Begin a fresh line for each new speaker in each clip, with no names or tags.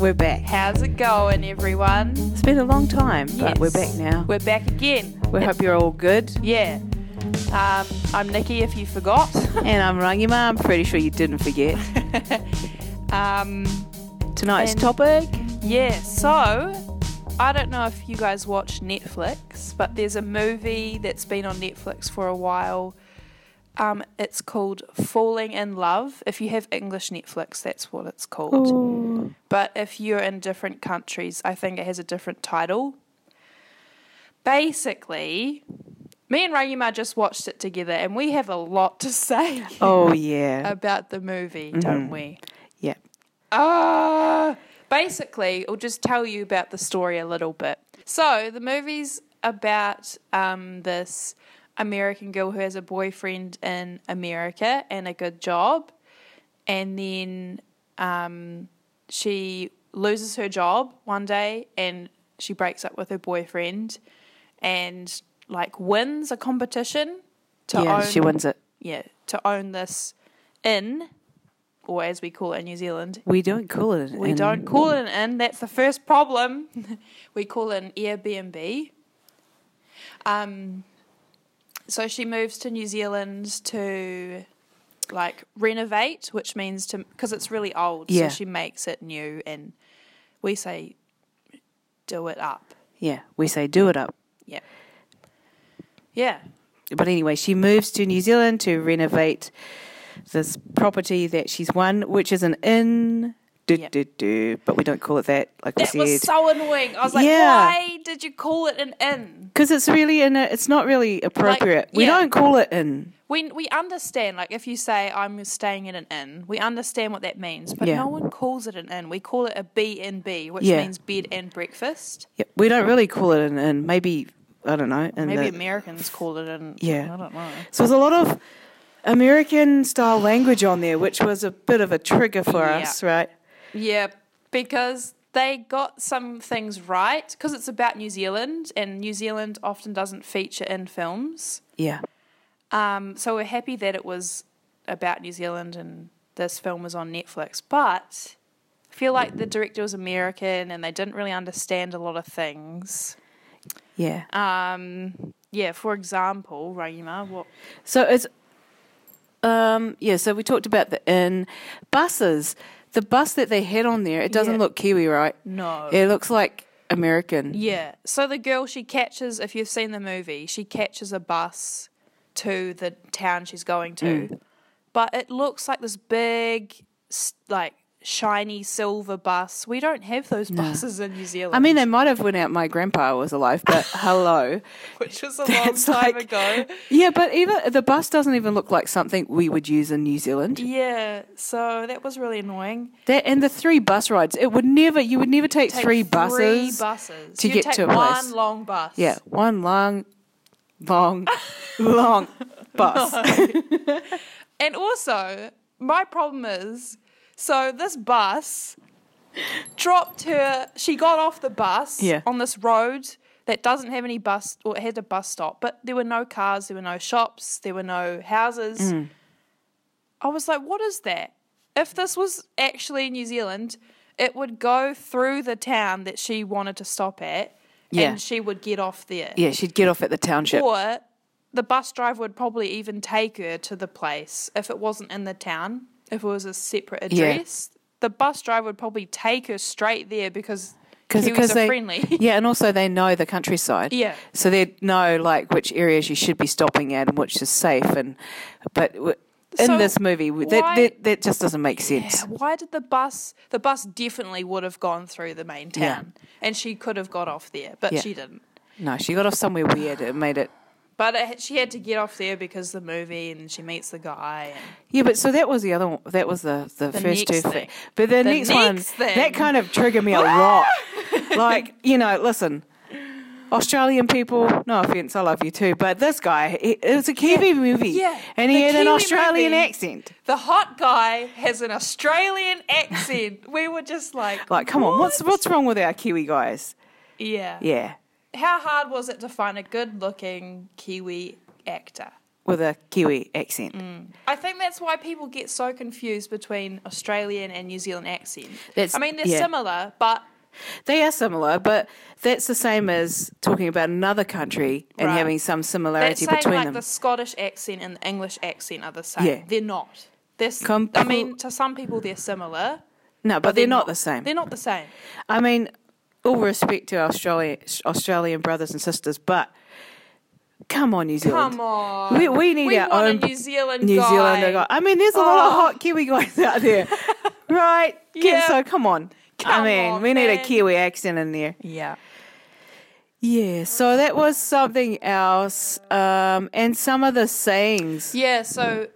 We're back.
How's it going, everyone?
It's been a long time,
Yes.
but we're back now.
We're back again.
We hope you're all good.
Yeah. Um, I'm Nikki, if you forgot.
And I'm Rangima. I'm pretty sure you didn't forget.
um,
Tonight's
And-
topic
yeah, so I don't know if you guys watch Netflix, but there's a movie that's been on Netflix for a while. Um, it's called Falling in Love. If you have English Netflix, that's what it's called. But if you're in different countries, I think it has a different title. Basically, me and Rayuma just watched it together and we have a lot to say
Oh, yeah.
about the movie, don't we?
yeah. Ah.
Uh, basically, I'll just tell you about the story a little bit. So, the movie's about um, this American girl who has a boyfriend in America and a good job. And then um, she loses her job one day and she breaks up with her boyfriend and like wins a competition to
Yeah,
own
she wins it.
yeah to own this inn or as we call it in New Zealand
We don't call it an
we
inn.
don't call it an inn. That's the first problem. we call it an Airbnb. Um, so she moves to New Zealand to like renovate, which means to because it's really old.
Yeah.
So she makes it new, and we say do it up.
Yeah, we say do it up.
Yeah. Yeah.
But anyway, she moves to New Zealand to renovate this property that she's won, which is an inn. Do,
Yep.
do, do. But we don't call it that, like
That
we
was
said.
so annoying. I was like,
Yeah.
why did you call it an inn?
Because it's really, in a, it's not really appropriate. we
yeah.
don't call it inn.
we we understand like if you say I'm staying in an inn, we understand what that means, but
Yeah.
no one calls it an inn. We call it a B and B, which
Yeah.
means bed and breakfast.
Yeah, we don't really call it an inn. Maybe I don't know. In
Maybe
the,
Americans call it an
Yeah.
I don't know.
so there's a lot of American style language on there, which was a bit of a trigger for
Yeah.
us, right?
Yeah, because they got some things right because it's about New Zealand and New Zealand often doesn't feature in films.
Yeah,
Um, so we're happy that it was about New Zealand and this film was on Netflix. But I feel like the director was American and they didn't really understand a lot of things.
yeah.
Um, yeah, for example, Raima, what?
So it's um yeah, so we talked about the inn buses. The bus that they had on there, it doesn't
Yeah.
look Kiwi, right?
No.
It looks like American.
Yeah. So the girl she catches, if you've seen the movie, she catches a bus to the town she's going to,
Mm.
but it looks like this big, s- like shiny silver bus. We don't have those buses in New Zealand.
I mean, they might have went out my grandpa was alive, but hello.
which was a long
That's
time
like-
ago.
Yeah, but even the bus doesn't even look like something we would use in New Zealand.
Yeah. So that was really annoying.
That and the three bus rides, it would never you would never take,
Take
three buses.
Three buses
to
You'd
get
take
to a
one
place.
long bus.
Yeah, one long, long, long bus.
And also, my problem is so this bus dropped her, she got off the bus
Yeah.
on this road that doesn't have any bus, or it had a bus stop, but there were no cars, there were no shops, there were no houses.
Mm.
I was like, what is that? If this was actually New Zealand, it would go through the town that she wanted to stop at
Yeah.
and she would get off there.
Yeah, she'd get off at the township.
Or the bus driver would probably even take her to the place if it wasn't in the town, if it was a separate
Yeah.
address. The bus driver would probably take her straight there because Kiwis are
they,
friendly.
yeah, and also they know the countryside.
Yeah.
so they know like which areas you should be stopping at and which is safe. And but w- in
So
this movie, w
why-
that, that that just doesn't make sense.
Why did the bus? The bus definitely would have gone through the main
Yeah.
town, and she could have got off there, but
Yeah.
she didn't.
No, she got off somewhere weird. It made it.
But it, had- she had to get off there because the movie, and she meets the guy. And
Yeah, but so that was the other one. That was the, the, first two
next
things.
thing.
But the,
The
next, one,
next thing.
that kind of triggered me a lot. like, you know, listen, Australian people, no offense, I love you too, but this guy, he, it was a Kiwi movie.
yeah,
And he
the
had an
Kiwi
Australian
movie.
accent.
the hot guy has an Australian accent. we were just like,
Like, come on, what's what's wrong with our Kiwi guys?
yeah,
Yeah.
how hard was it to find a good looking Kiwi actor?
with a Kiwi accent.
I think that's why people get so confused between Australian and New Zealand accent.
That's-
I mean, they're
yeah.
similar, but
They are similar, but that's the same as talking about another country and
Right.
having some
that's
similarity
saying
between
like
them.
the Scottish accent and the English accent are the same.
Yeah.
They're not. They're, s-
Com-
I mean, to some people they're similar,
no, but, they're, not the same.
They're not the same.
I mean, all respect to our Australia, Australian brothers and sisters, but come on, New Zealand.
Come on.
We, we need
We
our
want a
own
New Zealand
New
guy.
Zealander guy. I mean, there's a lot of
Oh.
hot Kiwi guys out there, right? Get-
Yeah.
So come on. I
Come
mean,
on,
we need a
man.
Kiwi accent in there.
Yeah.
Yeah. So that was something else, um, and some of the sayings.
Yeah, so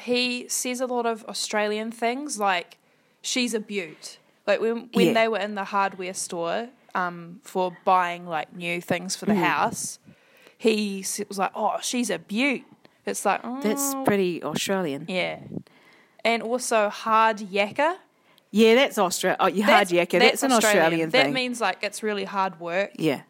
he says a lot of Australian things like she's a beaut. Like when when
Yeah.
they were in the hardware store um, for buying like new things for the
Mm.
house, he s- was like, "Oh, she's a beaut." It's like oh,
That's pretty Australian.
yeah, and also hard yakka.
Yeah, that's Australia. Oh, you hard yakka. That's, an Australian,
That
thing.
means like it's really hard work,
yeah.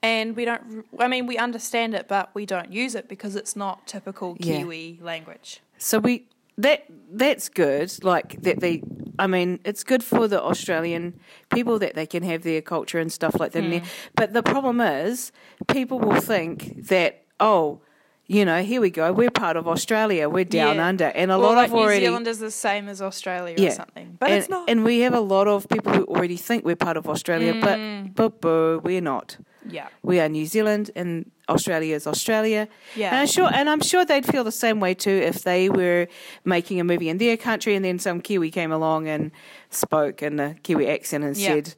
and we don't. r- I mean, we understand it, but we don't use it because it's not typical
Yeah.
Kiwi language.
So we that that's good. Like that they. I mean, it's good for the Australian people that they can have their culture and stuff like that. in there.
Hmm.
But the problem is, people will think that oh, you know, here we go. We're part of Australia. We're down
Yeah.
under, and a
Well,
lot
like
of already.
New Zealand is the same as Australia or something, but
and,
it's not.
And we have a lot of people who already think we're part of Australia,
Hmm.
but but boo, we're not.
yeah,
we are New Zealand and Australia is Australia.
Yeah.
And I'm sure and I'm sure they'd feel the same way too if they were making a movie in their country and then some Kiwi came along and spoke in a Kiwi accent and
Yeah.
said,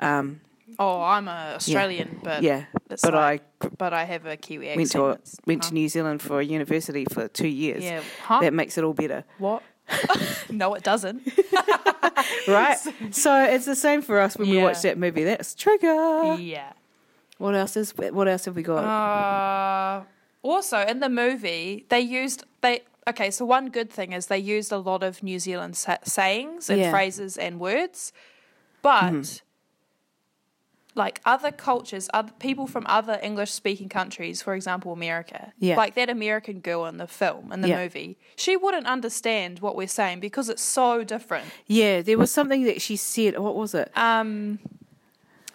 um,
oh, I'm a Australian, but
yeah,
it's
but
like-
I
but I have a Kiwi accent.
went to
It's-
went
huh?
to New Zealand for university for 2 years.
Yeah, huh?
That makes it all better.
what? no, it doesn't.
Right? so it's the same for us when we
Yeah.
watch that movie. That's Trigger.
yeah.
What else is what else have we got?
Uh, also, in the movie, they used they. Okay, so one good thing is they used a lot of New Zealand sa- sayings and
Yeah. Mm-hmm.
phrases and words, but like other cultures, other people from other English-speaking countries, for example, America,
Yeah.
like that American girl in the film in the
Yeah.
movie, she wouldn't understand what we're saying because it's so different.
yeah, there was something that she said. What was it?
um,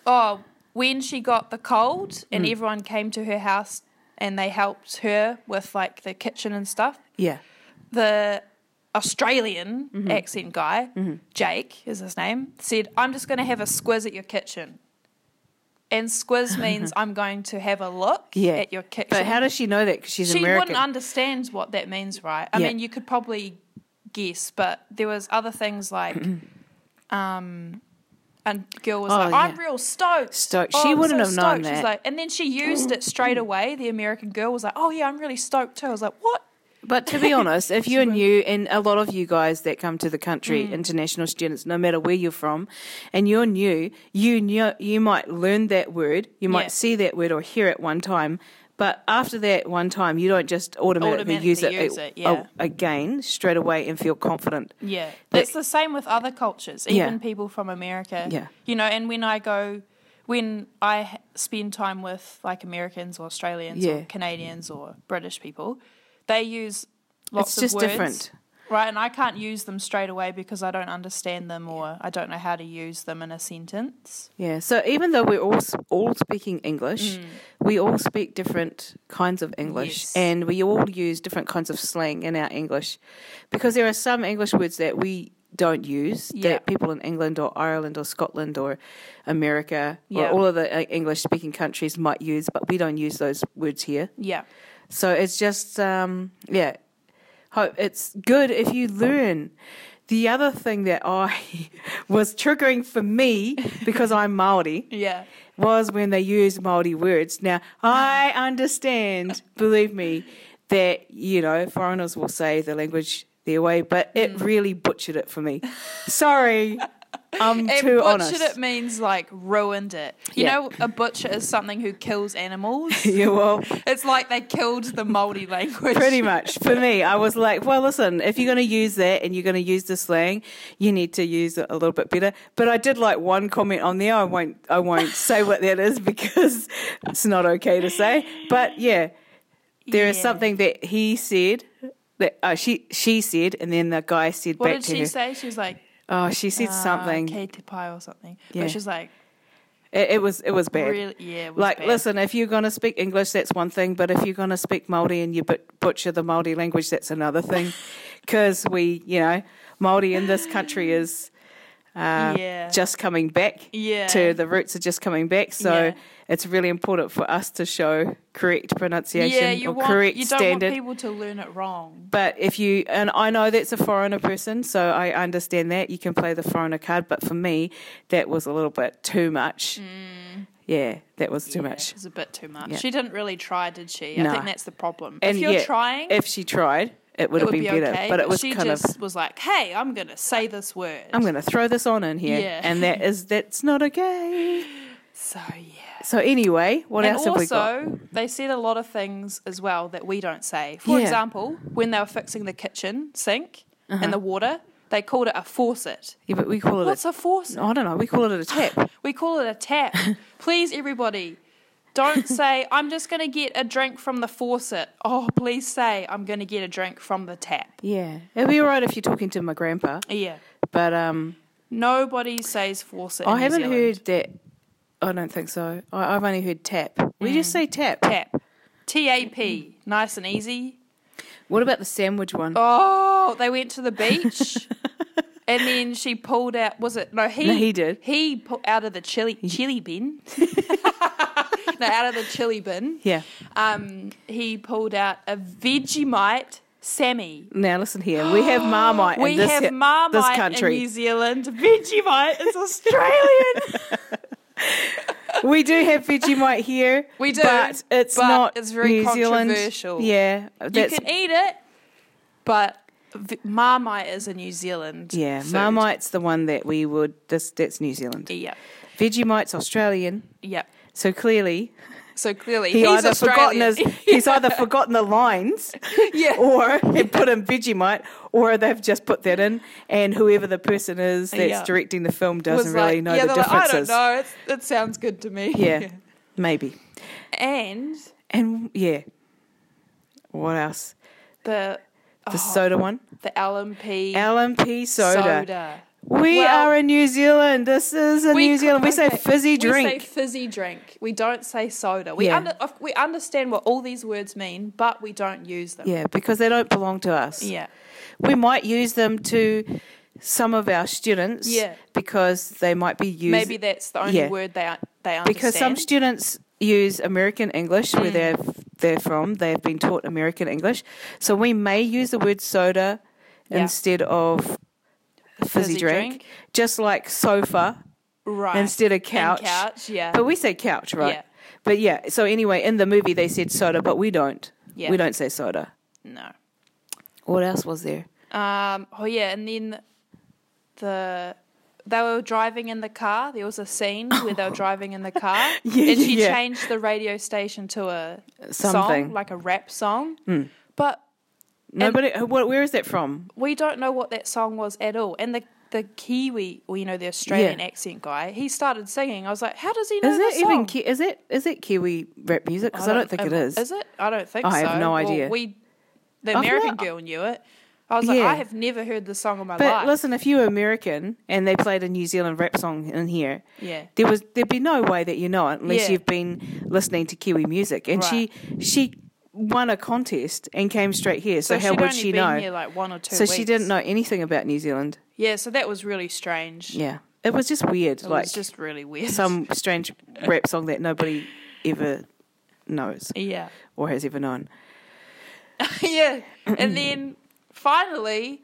oh, when she got the cold and
Hmm.
everyone came to her house and they helped her with like the kitchen and stuff,
yeah.
the Australian
Mm-hmm.
accent guy, Jake is his name, said, I'm just going to have a squiz at your kitchen. And squiz means I'm going to have a look
Yeah.
at your kitchen.
But how does she know that? Because she's
she
American.
wouldn't understand what that means, right? I
Yeah.
mean, you could probably guess, but there was other things like, um, and girl was
Oh,
like, "I'm
yeah.
real stoked."
Stoked.
Oh,
She
I'm
wouldn't have known
stoked." She's
that.
like, and then she used it straight away. The American girl was like, "Oh yeah, I'm really stoked too." I was like, "What?"
But to be honest, if you're new, and a lot of you guys that come to the country,
Mm.
international students, no matter where you're from, and you're new, you know, you might learn that word, you might
Yeah.
see that word or hear it one time, but after that one time, you don't just automatically,
Automatically
use it,
use
a-
it, yeah.
a- again straight away and feel confident.
Yeah, that's the same with other cultures,
Yeah.
even people from America.
Yeah.
you know. And when I go, when I h- spend time with like Americans or Australians or
Yeah.
Canadians or British people, they use lots
It's
of
just
words,
different.
right? And I can't use them straight away because I don't understand them or I don't know how to use them in a sentence.
Yeah. So even though we're all s- all speaking English, we all speak different kinds of English,
Mm. Yes.
and we all use different kinds of slang in our English, because there are some English words that we don't use
Yeah.
that people in England or Ireland or Scotland or America
Yeah.
or all of the uh, English speaking countries might use, but we don't use those words here.
Yeah,
So it's just um, yeah, hope it's good if you learn. The other thing that I was triggering for me because I'm Maori
yeah,
was when they used Maori words. Now, I understand, believe me, that, you know, foreigners will say the language their way, but it
Hmm.
really butchered it for me. Sorry, I'm
And
too
butchered
honest.
it means like ruined it. You
Yeah.
know, a butcher is something who kills animals.
yeah, well,
It's like they killed the Maori language.
pretty much. For me, I was like, well, listen, if you're going to use that and you're going to use the slang, you need to use it a little bit better. But I did like one comment on there. I won't, I won't say what that is because it's not okay to say. But yeah, There is
Yeah.
something that he said that oh, she she said, and then the guy said
What
back
did
to
she
her.
say? She was like
Oh, she said something.
uh, Katy Pie or something.
Yeah.
But she was like
It, it was it was bad.
really yeah. It was
like,
bad.
listen, if you're going to speak English, that's one thing, but if you're going to speak Maori and you but butcher the Maori language, that's another thing, because we, you know, Maori in this country is uh,
Yeah.
just coming back.
Yeah.
To the roots are just coming back, so
Yeah.
it's really important for us to show correct pronunciation
yeah, you
or
want
correct
you don't
standard.
want people to learn it wrong.
But if you, and I know that's a foreigner person, so I understand that you can play the foreigner card. But for me, that was a little bit too much. Yeah, that was too
Mm. Yeah,
much.
It was a bit too much.
Yeah.
She didn't really try, did she?
No.
I think that's the problem.
And
if you're
yet,
trying,
if she tried, it would
it
have
would
been
be
better.
okay.
but it was
she
kind
just
of,
was like, "Hey, I'm gonna say this word."
I'm going to throw this on in here,
Yeah.
and that is that's not okay.
so yeah.
So anyway, what
and
else have we got?
also, they said a lot of things as well that we don't say. For
Yeah.
example, when they were fixing the kitchen sink and the water, they called it a faucet.
Yeah, Uh-huh. but we call it.
What's
a,
a faucet?
I don't know. We call it a tap.
We call it a tap. please, everybody, don't say, I'm just going to get a drink from the faucet. Oh, please say, I'm going to get a drink from the tap.
yeah, it'd be all right if you're talking to my grandpa,
Yeah.
but um.
Nobody says faucet. in
I
New
haven't
Zealand.
heard that. I don't think so. I, I've only heard tap. We
Mm.
just say tap.
Tap. T A P. Nice and easy.
What about the sandwich one?
Oh, they went to the beach. And then she pulled out. Was it no? He
No, he did.
He pulled out of the chili chili bin. no, out of the chili bin.
Yeah.
Um, he pulled out a Vegemite Sammy.
Now listen here. We have Marmite
We
in this,
have
he-
Marmite
this
in New
country.
Zealand. Vegemite is Australian.
we do have Vegemite here.
We do,
But it's
but
not
it's very
New Zealand.
controversial.
Yeah.
you
That's,
can eat it, but v- Marmite is a New Zealand.
yeah.
food.
Marmite's the one that we would this that's New Zealand.
Yep.
Vegemite's Australian.
Yep.
So clearly
So clearly
he
he's
either
Australian.
forgotten his, he's either forgotten the lines
Yeah.
or had put in Vegemite or they've just put that in and whoever the person is that's
Yeah.
directing the film
was
doesn't
like-
really know
yeah,
the
they're like,
differences.
I don't know. It's, it sounds good to me.
Yeah, maybe.
And
And yeah. What else?
the oh,
The soda one?
the LMP
LMP soda.
soda.
We
Well-
are in New Zealand. This is in New Zealand. We say
okay,
fizzy
We say
drink.
fizzy drink. We don't say soda. We
Yeah.
under, of- we understand what all these words mean, but we don't use them.
yeah, because they don't belong to us.
Yeah.
We might use them to some of our students
Yeah.
because they might be used
Maybe that's the only
yeah.
word they they understand. Mm.
because some students use American English where they're they're from. They've been taught American English, so we may use the word soda
Yeah.
instead of fizzy,
Fizzy
drink,
drink.
just like sofa
right.
instead of
And
couch.
couch, yeah.
but we say couch, right?
Um, Yeah.
But yeah, so anyway, in the movie they said soda, but we don't.
Yeah.
We don't say soda.
no.
What else was there?
Um, oh yeah, and then the they were driving in the car. There was a scene where they were driving in the car,
Yeah,
and she
yeah, yeah.
changed the radio station to a
Something. Hmm.
song, like a rap song. But
Nobody. What? Where is that from?
we don't know what that song was at all. And the the Kiwi, or you know, the Australian
Yeah.
accent guy, he started singing. I was like, how does he know
Is
this
it even?
song?
Ki- is it? Is it Kiwi rap music? Because I, don't think it
um,
is.
Is it? I don't think so.
I have no
Well,
idea.
we the
I've
American
no-
girl knew it. I was like,
Yeah.
I have never heard this song in my
But
life.
listen, if you were American and they played a New Zealand rap song in here,
Yeah.
there was there'd be no way that you know it unless
Yeah.
you've been listening to Kiwi music. And
Right.
she she won a contest and came straight here, so,
So
how
she'd
would
only
she
been
know?
here like one or two.
so she
weeks.
didn't know anything about New Zealand.
Yeah, so that was really strange.
Yeah, it was just weird,
It
like
was just really weird.
some strange rap song that nobody ever knows
yeah,
or has ever known.
yeah, and then finally,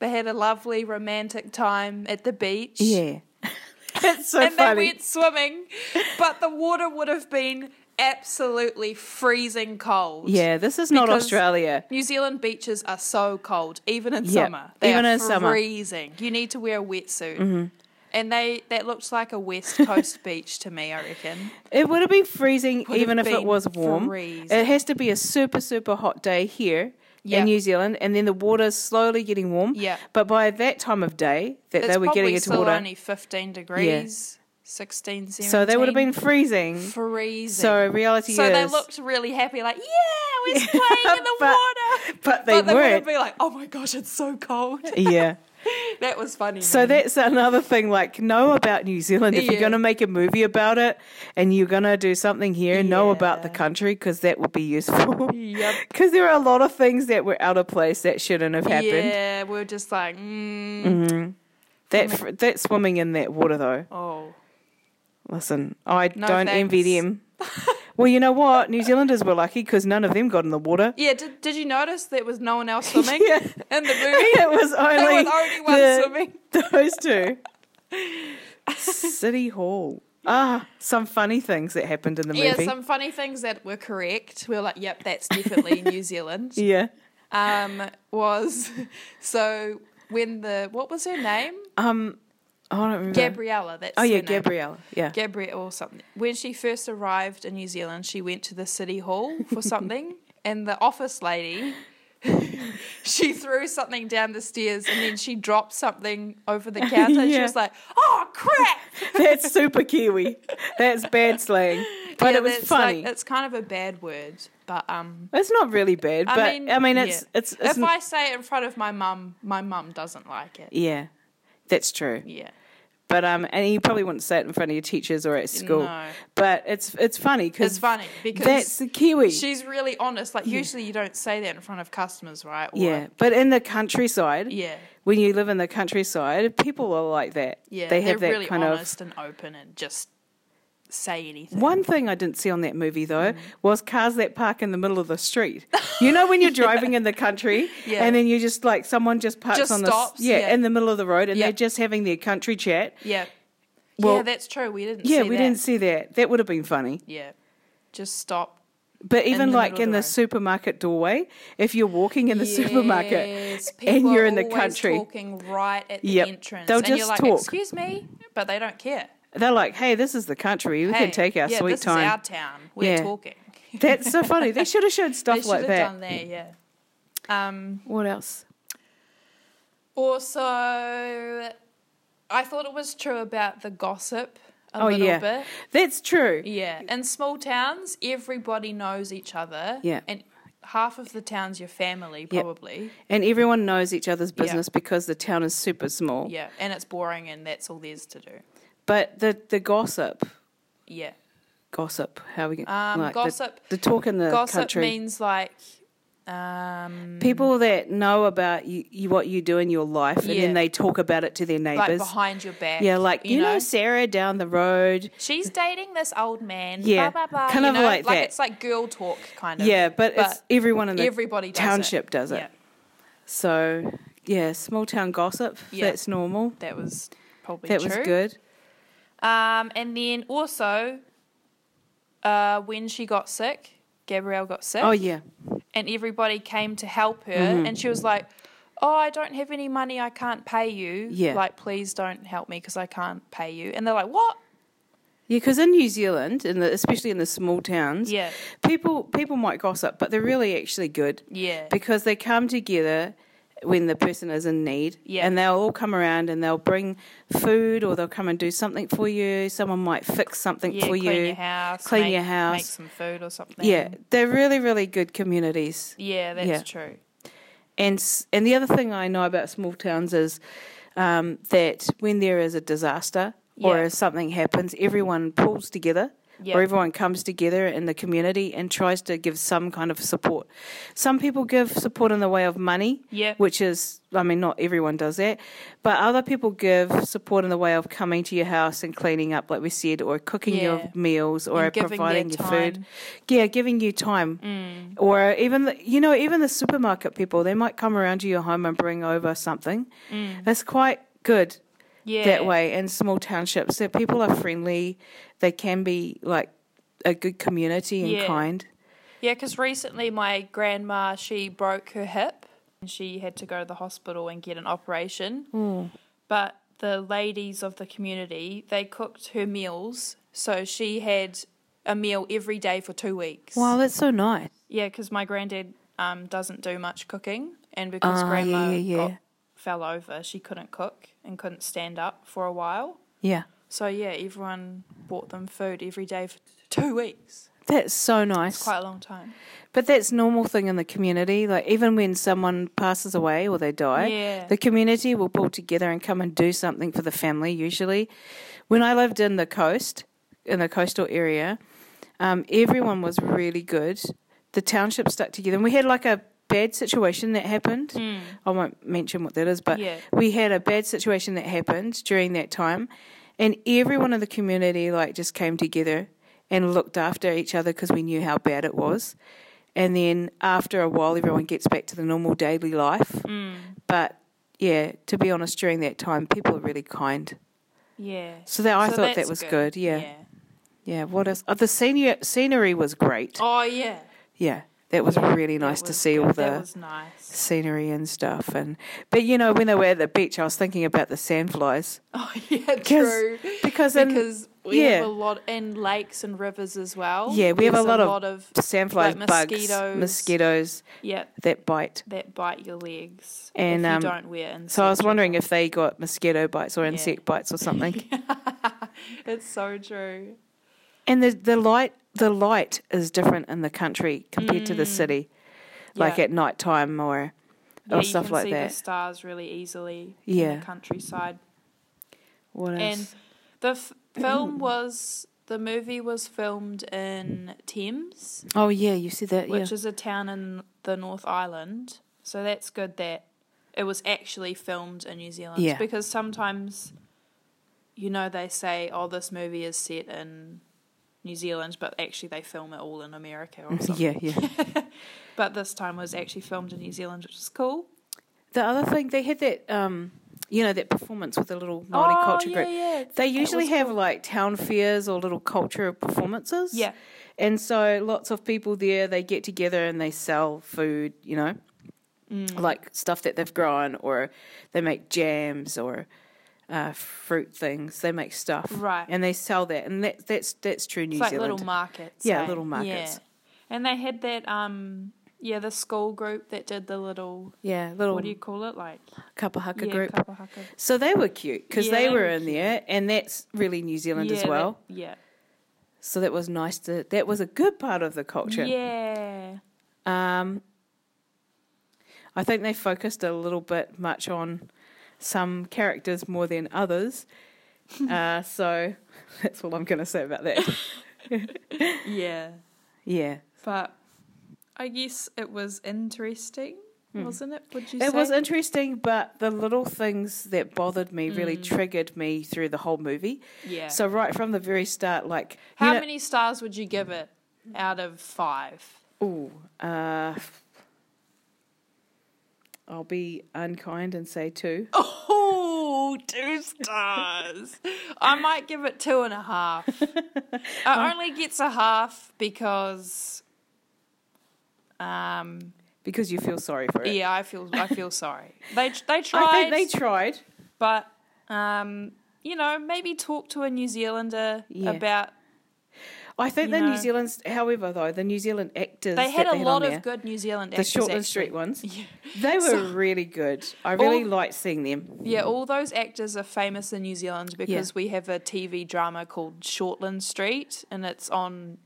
they had a lovely romantic time at the beach.
Yeah, it's so
and
funny.
they went swimming, but the water would have been absolutely freezing cold.
yeah, this is not
because-
Australia.
New Zealand beaches are so cold, even in
Yeah,
summer. They
even
are
in summer. Mm-hmm.
freezing. You need to wear a wetsuit. And they that looked like a West Coast beach to me. I reckon.
It would have been freezing
Would have
even if it
been
was warm.
freezing.
It has to be a super, super hot day here
Yeah.
in New Zealand, and then the water's slowly getting warm.
Yeah.
But by that time of day that
It's
they were
probably
getting into
still
water,
only 15 degrees, 16, 17.
so they would have been freezing.
freezing.
So reality
so
is,
they looked really happy, like, yeah, always playing in the
But-
water.
but they
but they wouldn't
weren't.
be like, oh my gosh, it's so cold.
yeah.
that was funny.
So
man.
that's another thing. Like, know about New Zealand. If
Mm. Yeah.
you're going to make a movie about it, and you're going to do something here, know about the
Yeah.
country because that would be useful.
Yep.
Because there are a lot of things that were out of place that shouldn't have happened. Mm-hmm.
Yeah, we were just like, mm,
That fr- that swimming in that water though.
oh.
Listen, I
No
don't envy
thanks.
them. well, you know what? New Zealanders were lucky because none of them got in the water.
Yeah, did, did you notice there was no one else swimming
Yeah.
in the movie?
it was only
There was only one
the-
swimming.
Those two. City Hall. Ah, some funny things that happened in the movie.
Yeah, some funny things that were correct. We were like, yep, that's definitely New Zealand.
yeah.
Um, was so when the what was her name?
Um, I don't remember.
Gabriella. That's
Oh yeah,
her name.
Gabrielle. Yeah.
Gabrielle or something. When she first arrived in New Zealand, she went to the city hall for something, and the office lady. she threw something down the stairs and then she dropped something over the counter. and She
Yeah.
was like, "Oh crap!"
That's super Kiwi. That's bad slang, but
Yeah,
it was
that's like-
funny.
it's kind of a bad word, but um,
it's not really bad,
I
but
mean,
I mean, it's
yeah.
it's, it's
if I say it in front of my mum, my mum doesn't like it.
yeah, that's true.
Yeah,
But um, and you probably wouldn't say it in front of your teachers or at school.
No.
But it's it's funny because
it's funny because
that's the Kiwi.
she's really honest. Like usually you don't say that in front of customers, right? Or-
yeah, but in the countryside,
yeah,
when you live in the countryside, people are like that.
yeah.
they
They are
have that
really
kind of
honest and open and just say anything.
One thing I didn't see on that movie though
Mm.
was cars that park in the middle of the street. You know when you're driving in the country
Yeah.
and then you just like someone just parks
Just
on the s-
stops,
yeah,
yeah.
in the middle of the road and
Yeah.
they're just having their country chat.
Yeah, yeah,
Well-
that's true. We didn't.
Yeah,
see
we
that.
didn't see that. That would have been funny.
Yeah, just stop.
But even
the
like
middle of
in
the
the
road.
supermarket doorway, if you're walking in the supermarket
Yes,
and
people
you're
are
in the
always
country,
talking right at the
Yep.
entrance,
They'll
and you're
just
like,
talk.
"Excuse me," but they don't care.
they're like, "Hey, this is the country. We
Hey,
can take our
yeah,
sweet
this
time."
is our town. We're
Yeah.
talking.
That's so funny. They should have showed
They
stuff
should
like
have done
that.
that, yeah. Um,
What else?
also, I thought it was true about the gossip a
oh
little
yeah,
bit.
that's true.
Yeah. In small towns, everybody knows each other.
Yeah.
And half of the town's your family,
Yep.
probably.
And everyone knows each other's
Yeah.
business because the town is super small.
Yeah. And it's boring and that's all there's to do.
But the, the gossip,
Yeah.
gossip, how we get
Um,
the-
gossip-
the, talk in the
gossip
country,
means like um
people that know about you, you what you do in your life, and
Yeah.
then they talk about it to their
like
neighbors.
behind your back.
yeah, like you, know, Sarah down the road.
She's dating this old man.
Yeah,
blah, blah, blah,
kind
you
of
know?
like that.
It's like girl talk, kind of.
Yeah, but, it's everyone in the
everybody does it.
township does it.
Yeah,
So yeah, small town gossip.
Yeah.
That's normal.
that was probably
That
true.
was good.
Um, and then also, uh, when she got sick, Gabrielle got sick,
Oh yeah, Mm-hmm.
and everybody came to help her, and she was like. Oh, I don't have any money. I can't pay you.
Yeah.
Like, please don't help me because I can't pay you. And they're like, what?
yeah. Because in New Zealand, in the, especially in the small towns,
Yeah.
people people might gossip, but they're really actually good.
Yeah.
because they come together when the person is in need
Yeah.
and they'll all come around and they'll bring food or they'll come and do something for you someone might fix something
yeah,
for
clean
you
your house.
clean
make,
your
Make
house
some food or something.
yeah they're really really good communities
Yeah, that's
Yeah.
true.
and s- and the other thing i know about small towns is um, that when there is a disaster or
Yeah.
if something happens everyone pulls together
Yeah.
Or everyone comes together in the community and tries to give some kind of support. Some people give support in the way of money,
Yeah.
which is I mean not everyone does that, but other people give support in the way of coming to your house and cleaning up, like we said, or cooking
Yeah.
your meals, or
And giving their
providing your food.
time. Mm.
Yeah, giving you time, or even the, you know even the supermarket people they might come around to your home and bring over something. That's quite good
Mm. Yeah.
that way in small townships that people are friendly. They can be like a good community and
Yeah.
kind.
Yeah, because recently my grandma she broke her hip and she had to go to the hospital and get an operation.
Hmm.
But the ladies of the community they cooked her meals, so she had a meal every day for two weeks.
Wow, that's so nice.
Yeah, because my granddad um, doesn't do much cooking, and because
Ah, yeah,
grandma
yeah, yeah.
Got, fell over, she couldn't cook and couldn't stand up for a while.
Yeah,
So yeah, everyone bought them food every day for two weeks.
That's so nice.
It's quite a long time.
But that's normal thing in the community. Like even when someone passes away or they die,
Yeah.
the community will pull together and come and do something for the family. Usually, when I lived in the coast, in the coastal area, um, everyone was really good. The township stuck together, and we had like a bad situation that happened. I won't mention what that is, but
Hmm. Yeah.
we had a bad situation that happened during that time, and everyone in the community like just came together and looked after each other because we knew how bad it was. And then after a while, everyone gets back to the normal daily life.
Hmm.
But yeah, to be honest, during that time, people are really kind.
Yeah.
So that, Oh, I
So
thought that
that's
was good. Yeah. yeah,
yeah.
What else? Oh, the senior scenery was great.
Oh yeah.
Yeah, that was
Yeah,
really
that
nice to
was
see
good.
all the
That was nice.
scenery and stuff. And but you know, when they were at the beach, I was thinking about the sandflies
Oh yeah,
because
true.
because in
Because we
yeah.
have a lot in lakes and rivers as well.
Yeah, we have a
There's
lot of-
of
sandflies,
like
bugs,
mosquitoes.
mosquitoes
yeah
that bite.
that bite your legs
And,
if you
um,
don't wear insect.
So I was wondering if they got mosquito bites or
Yeah.
insect bites or something.
it's so true.
And the the light the light is different in the country compared to the city, like
Mm. Yeah.
at night time or
Yeah,
or
you
stuff
can
like
see
that.
the stars really easily in
Yeah.
the countryside.
What else?
And the f- film was the movie was filmed in Thames,
oh yeah, you see that. Yeah.
which is a town in the North Island. So that's good that it was actually filmed in New Zealand
Yeah.
because sometimes you know they say oh this movie is set in New Zealand but actually they film it all in America or something.
yeah, yeah.
But this time was actually filmed in New Zealand, which is cool.
The other thing they had that um, you know, that performance with the little Māori
Oh,
culture group.
Yeah,
They usually
was
have like town fairs or little cultural performances.
Yeah.
And so lots of people there, they get together and they sell food, you know,
Mm.
like stuff that they've grown or they make jams or uh, fruit things. They make stuff.
Right.
And they sell that. And that, that's that's true New
It's like
Zealand.
little markets.
Yeah,
eh?
little markets.
And they had that um yeah, the school group that did the little
yeah, little
what do you call it? Like
kapahaka
yeah,
group.
kapahaka.
so they were cute because
Yeah,
they
they
were
were
in there and that's really New Zealand
Yeah,
as
that-
well.
yeah.
so that was nice to that was a good part of the culture.
Yeah.
Um, I think they focused a little bit much on some characters more than others. uh, so that's all I'm going to say about that.
Yeah.
Yeah.
But I guess it was interesting, wasn't it? Would you
Hmm. It
say?
was interesting, but the little things that bothered me really triggered me through the whole movie.
Mm. Yeah.
So right from the very start, like you
How
know-
many stars would you give it out of five?
Ooh, uh, I'll be unkind and say two.
Oh, two stars. I might give it two and a half. It only gets a half because, um,
because you feel sorry for it.
yeah, I feel I feel sorry. They they tried,
I think they tried.
but um, you know, maybe talk to a New Zealander
Yeah.
about.
I think
You
the New
know.
Zealand, however, though the New Zealand actors,
They had
that
a
they
lot
on
of
there,
good New Zealand
the
actors.
Shortland
actually.
Street ones.
Yeah.
They were
So-
really good. I really
All-
liked seeing them.
Yeah, all those actors are famous in New Zealand because we have a TV drama called Shortland Street, and it's on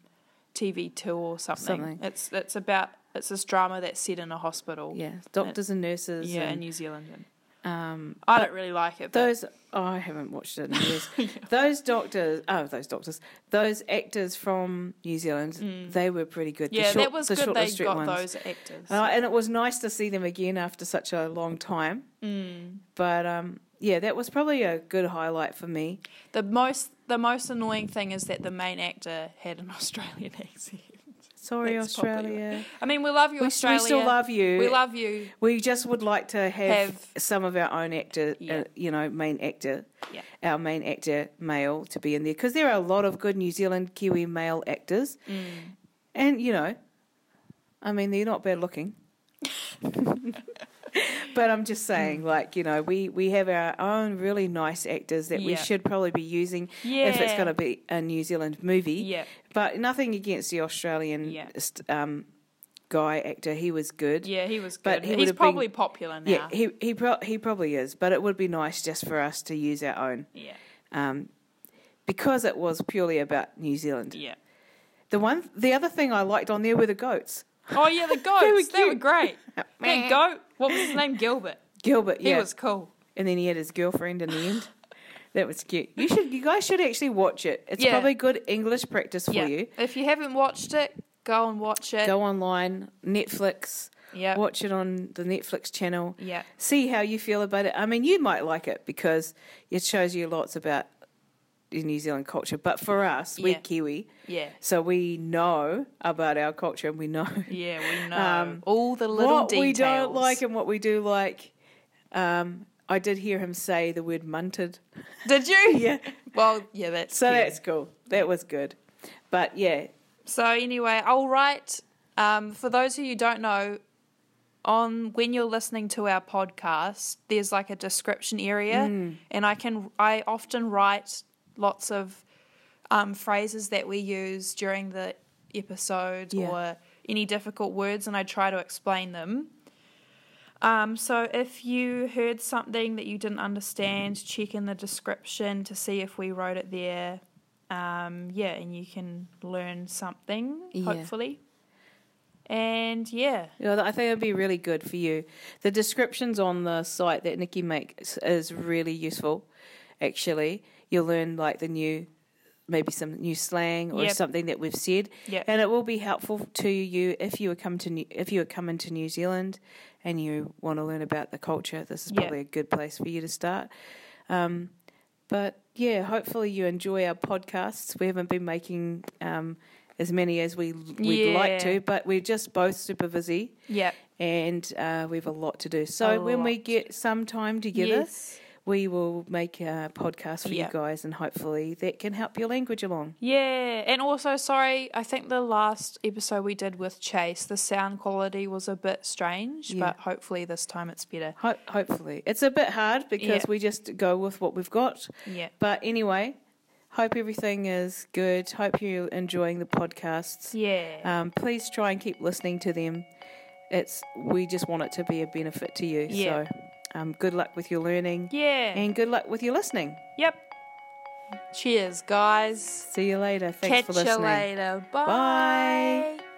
TV two or something.
Something.
It's it's about it's this drama that's set in a hospital.
Yeah, doctors and nurses.
yeah, in
and
New Zealand. And
um,
I don't really like it. But
those. Oh, I haven't watched it in years. Those doctors. Oh, those doctors. Those actors from New Zealand. They were pretty good. The
Mm. yeah,
short-
that was
the
good.
Shortland
They
Street
got
ones.
those actors.
Uh, and it was nice to see them again after such a long time.
Mm.
But um, yeah, that was probably a good highlight for me.
the most the most annoying thing is that the main actor had an Australian accent.
Sorry,
That's probably right.
Australia.
I mean, we love you,
We, we
Australia.
still love you.
We love you.
We just would like to have,
Have-
some of our own actor, uh,
Yeah.
you know, main actor,
Yeah.
our main actor male to be in there because there are a lot of good New Zealand Kiwi male actors,
Mm.
and you know, I mean they're not bad looking. but I'm just saying, like you know, we we have our own really nice actors that we
Yeah.
should probably be using if it's
Yeah.
going to be a New Zealand movie.
Yeah.
But nothing against the Australian
Yeah.
st- um, guy actor; he was good.
Yeah, he was
But
good.
he would
He's
have been-
probably popular now.
Yeah, he he pro- he probably is, but it would be nice just for us to use our own,
yeah.
um, because it was purely about New Zealand.
Yeah.
The one, the other thing I liked on there were the goats.
Oh yeah, the goats. they were,
They were cute.
great. that goat. What was his name? Gilbert.
Gilbert,
He
yeah,
was cool.
and then he had his girlfriend in the end. That was cute. You should, you guys should actually watch it. It's
Yeah.
probably good English practice for
yeah. Uh,
you.
If you haven't watched it, go and watch it.
Go online, Netflix.
Yep.
Watch it on the Netflix channel.
Yep.
See how you feel about it. I mean, you might like it because it shows you lots about the New Zealand culture. But for us, we're
Yeah.
Kiwi,
Yeah.
so we know about our culture and we know
Yeah, we know
Um,
all the little
what
details.
we don't like and what we do like. Um, I did hear him say the word munted.
Did you?
Yeah.
Well, yeah, that's
So
cute.
that's cool. That was good. But yeah,
So anyway, I'll write um, for those who you don't know. On when you're listening to our podcast, there's like a description area, and I can I often write lots of um, phrases that we use during the episode
Yeah.
or any difficult words, and I try to explain them. Um, so if you heard something that you didn't understand, check in the description to see if we wrote it there. Um, yeah, and you can learn something,
Yeah.
hopefully. And yeah,
You know, I think it'd be really good for you. The descriptions on the site that Nikki makes is really useful. Actually, you'll learn like the new, maybe some new slang or
Yep.
something that we've said,
Yep.
and it will be helpful to you if you were come to new, if you were coming to New Zealand and you want to learn about the culture. This is
Yep.
probably a good place for you to start. Um, but yeah, hopefully you enjoy our podcasts. We haven't been making um, as many as we we'd like
Yeah.
to, but we're just both super busy
yeah,
and uh, we have a lot to do. So
A
when we
lot.
get some time together, we will make a podcast for
Yeah.
you guys, and hopefully that can help your language along.
Yeah, and also sorry, I think the last episode we did with Chase, the sound quality was a bit strange,
Yeah.
but hopefully this time it's better.
Ho- hopefully, it's a bit hard because
Yeah.
we just go with what we've got.
Yeah.
But anyway, hope everything is good. Hope you're enjoying the podcasts.
Yeah.
Um, please try and keep listening to them. It's we just want it to be a benefit to you.
Yeah.
So, um, good luck with your learning,
yeah.
and good luck with your listening.
yep. Cheers, guys.
See you later. Thanks
Catch
for
you
listening.
later. Bye.
Bye.